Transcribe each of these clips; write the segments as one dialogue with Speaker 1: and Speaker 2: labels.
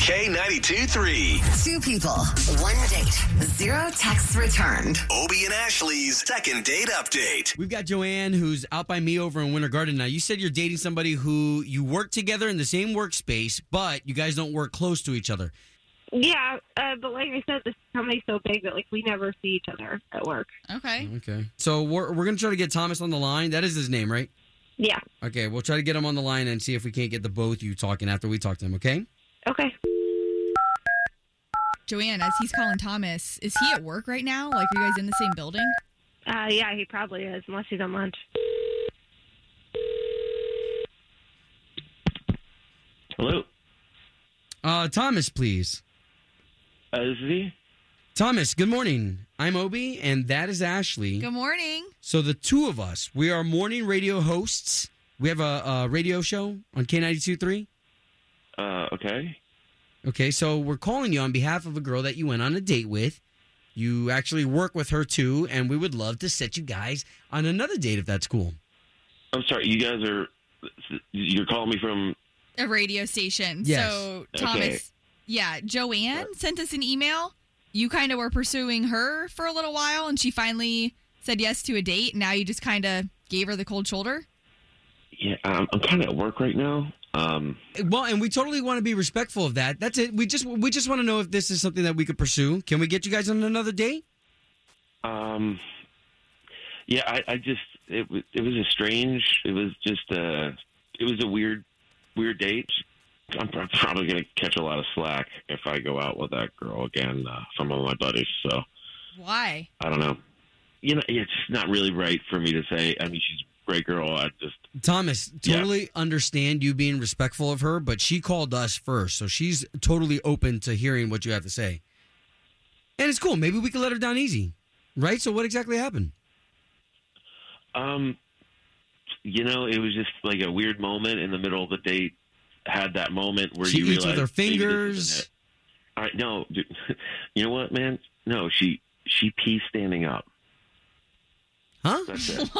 Speaker 1: K92 3.
Speaker 2: Two people, one date, zero texts returned.
Speaker 1: Obie and Ashley's second date update.
Speaker 3: We've got Joanne who's out by me over in Winter Garden now. You said you're dating somebody who you work together in the same workspace, but you guys don't work close to each other.
Speaker 4: Yeah, uh, but like I said, this company's so big that like we never see each other at work.
Speaker 5: Okay.
Speaker 3: Okay. So we're we're gonna try to get Thomas on the line. That is his name, right?
Speaker 4: Yeah.
Speaker 3: Okay, we'll try to get him on the line and see if we can't get the both you talking after we talk to him, okay?
Speaker 4: Okay.
Speaker 5: Joanne, as he's calling Thomas, is he at work right now? Like, are you guys in the same building?
Speaker 4: Uh, yeah, he probably is, unless he's on lunch.
Speaker 6: Hello.
Speaker 3: Uh Thomas, please.
Speaker 6: Uh, this is he.
Speaker 3: Thomas, good morning. I'm Obi and that is Ashley.
Speaker 5: Good morning.
Speaker 3: So the two of us, we are morning radio hosts. We have a, a radio show on K92.3.
Speaker 6: Uh, okay.
Speaker 3: Okay, so we're calling you on behalf of a girl that you went on a date with. You actually work with her too, and we would love to set you guys on another date if that's cool.
Speaker 6: I'm sorry. You guys are. You're calling me from.
Speaker 5: A radio station.
Speaker 3: Yes.
Speaker 5: So,
Speaker 6: Okay.
Speaker 5: Thomas, yeah, Joanne sent us an email. You kind of were pursuing her for a little while, and she finally said yes to a date. And now you just kind of gave her the cold shoulder.
Speaker 6: Yeah, um, I'm kind of at work right now. Um,
Speaker 3: Well, and we totally want to be respectful of that. That's it. We just we just want to know if this is something that we could pursue. Can we get you guys on another date?
Speaker 6: um, yeah, I, I just it was it was a strange. It was just a it was a weird weird date. I'm pro- probably gonna catch a lot of slack if I go out with that girl again uh, from all my buddies. So
Speaker 5: Why?
Speaker 6: I don't know. You know, it's not really right for me to say. I mean, she's a great girl. I just
Speaker 3: Thomas,
Speaker 6: Yeah.
Speaker 3: totally understand you being respectful of her, but she called us first, so she's totally open to hearing what you have to say. And it's cool. Maybe we can let her down easy, right? So what exactly happened?
Speaker 6: Um, you know, it was just like a weird moment in the middle of the date. Had that moment where
Speaker 3: She
Speaker 6: you
Speaker 3: eats with
Speaker 6: realize
Speaker 3: her
Speaker 6: maybe this
Speaker 3: fingers.
Speaker 6: isn't it. All right, no, dude, you know what, man? No, she she pees standing up.
Speaker 3: Huh?
Speaker 6: That's it.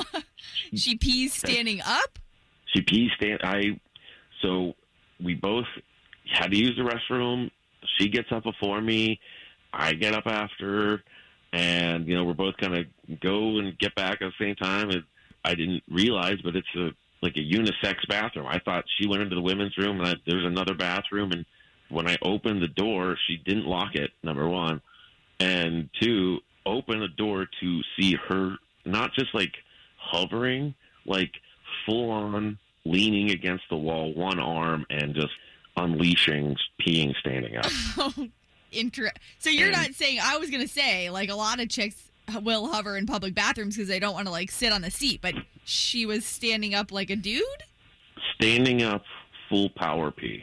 Speaker 5: She pees standing up?
Speaker 6: she pees stand. I so we both had to use the restroom. She gets up before me. I get up after her, and you know we're both kind of go and get back at the same time. And I didn't realize, but it's a like a unisex bathroom. I thought she went into the women's room, and I, there's another bathroom. And when I opened the door, she didn't lock it. Number one, and two, open the door to see her not just like hovering, like full on leaning against the wall, one arm, and just unleashing, peeing, standing up.
Speaker 5: Inter- so you're
Speaker 6: And-
Speaker 5: not saying I was gonna say like a lot of chicks h- will hover in public bathrooms because they don't want to like sit on the seat, but she was standing up like a dude.
Speaker 6: standing up, full power pee.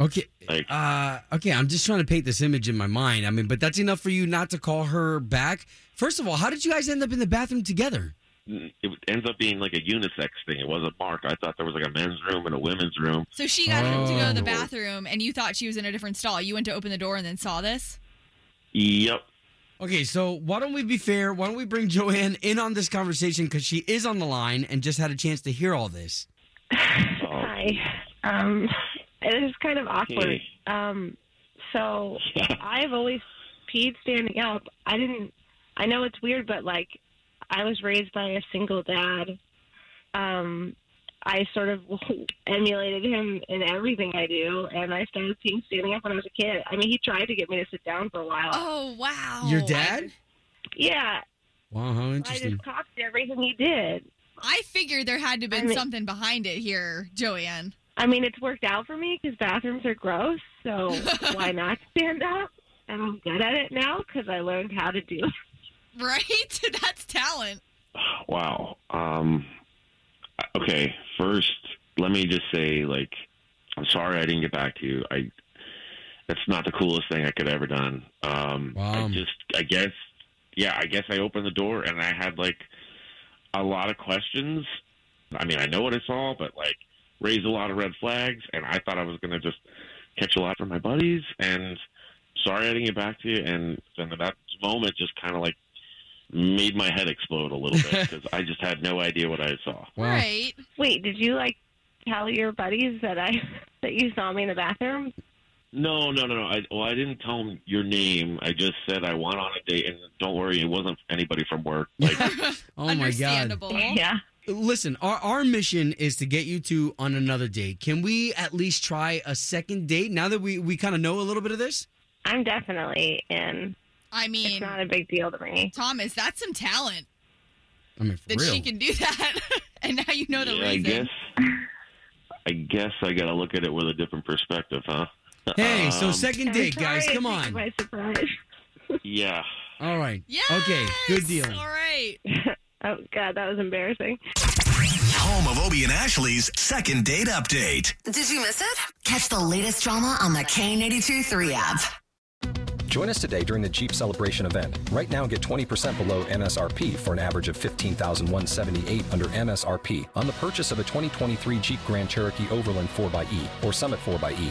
Speaker 3: Okay.
Speaker 6: Like-
Speaker 3: Uh, okay, I'm just trying to paint this image in my mind. I mean, but that's enough for you not to call her back. First of all, how did you guys end up in the bathroom together?
Speaker 6: It ends up being like a unisex thing. It wasn't marked. I thought there was like a men's room and a women's room.
Speaker 5: So she got him to go to the
Speaker 3: Oh.
Speaker 5: bathroom, and you thought she was in a different stall. You went to open the door and then saw this.
Speaker 6: Yep.
Speaker 3: Okay, so why don't we be fair? Why don't we bring Joanne in on this conversation because she is on the line and just had a chance to hear all this.
Speaker 6: Oh,
Speaker 4: Hi. Um, it is kind of awkward.
Speaker 6: Hey.
Speaker 4: Um, so I've always peed standing up. I didn't. I know it's weird, but like, I was raised by a single dad. Um, I sort of emulated him in everything I do, and I started peeing standing up when I was a kid. I mean, he tried to get me to sit down for a while.
Speaker 5: Oh wow!
Speaker 3: Your dad?
Speaker 4: Yeah,
Speaker 3: Wow, how
Speaker 4: I
Speaker 3: interesting.
Speaker 4: just copied everything he did.
Speaker 5: I, I figured there had to
Speaker 4: I
Speaker 5: been
Speaker 4: mean-
Speaker 5: something behind it here, Joanne.
Speaker 4: I mean, it's worked out for me because bathrooms are gross, so why not stand up? And I'm good at it now because I learned how to do it.
Speaker 5: Right? That's talent.
Speaker 6: wow. Um, okay. First, let me just say, like, I'm sorry I didn't get back to you. I that's not the coolest thing I could ever done. Um, I
Speaker 3: Wow.
Speaker 6: just, I guess, yeah, I guess I opened the door and I had like a lot of questions. I mean, I know what I saw, but like raised a lot of red flags, and I thought I was going to just catch a lot from my buddies. And sorry I didn't get back to you. And then that moment just kind of like made my head explode a little bit because I just had no idea what I saw.
Speaker 3: Wow.
Speaker 5: Right.
Speaker 4: Wait, did you like tell your buddies that I that you saw me in the bathroom?
Speaker 6: No, no, no, no. I, well, I didn't tell him your name. I just said I went on a date, and don't worry, it wasn't anybody from work. Like,
Speaker 3: Oh my god.
Speaker 5: Understandable.
Speaker 4: Yeah.
Speaker 3: Listen, our our mission is to get you two on another date. Can we at least try a second date now that we we kind of know a little bit of this?
Speaker 4: I'm definitely in.
Speaker 5: I
Speaker 4: It's
Speaker 5: mean,
Speaker 4: not a big deal to me.
Speaker 5: Thomas, that's some talent
Speaker 3: I mean, for
Speaker 5: that
Speaker 3: real.
Speaker 5: she can do that. and now you know the
Speaker 6: yeah,
Speaker 5: reason.
Speaker 6: I guess, I guess I got to look at it with a different perspective, huh?
Speaker 3: hey, so
Speaker 6: Um,
Speaker 3: second date, guys. Come on.
Speaker 4: By surprise.
Speaker 6: Yeah.
Speaker 3: All right.
Speaker 5: Yes!
Speaker 3: Okay. Good deal.
Speaker 5: All right.
Speaker 4: Oh god, that was embarrassing.
Speaker 1: Home of Obie and Ashley's second date update.
Speaker 2: Did you miss it? Catch the latest drama on the K82 3 app.
Speaker 7: Join us today during the Jeep Celebration event. Right now, get 20% below MSRP for an average of 15178 under MSRP on the purchase of a 2023 Jeep Grand Cherokee Overland 4xE or Summit 4xE.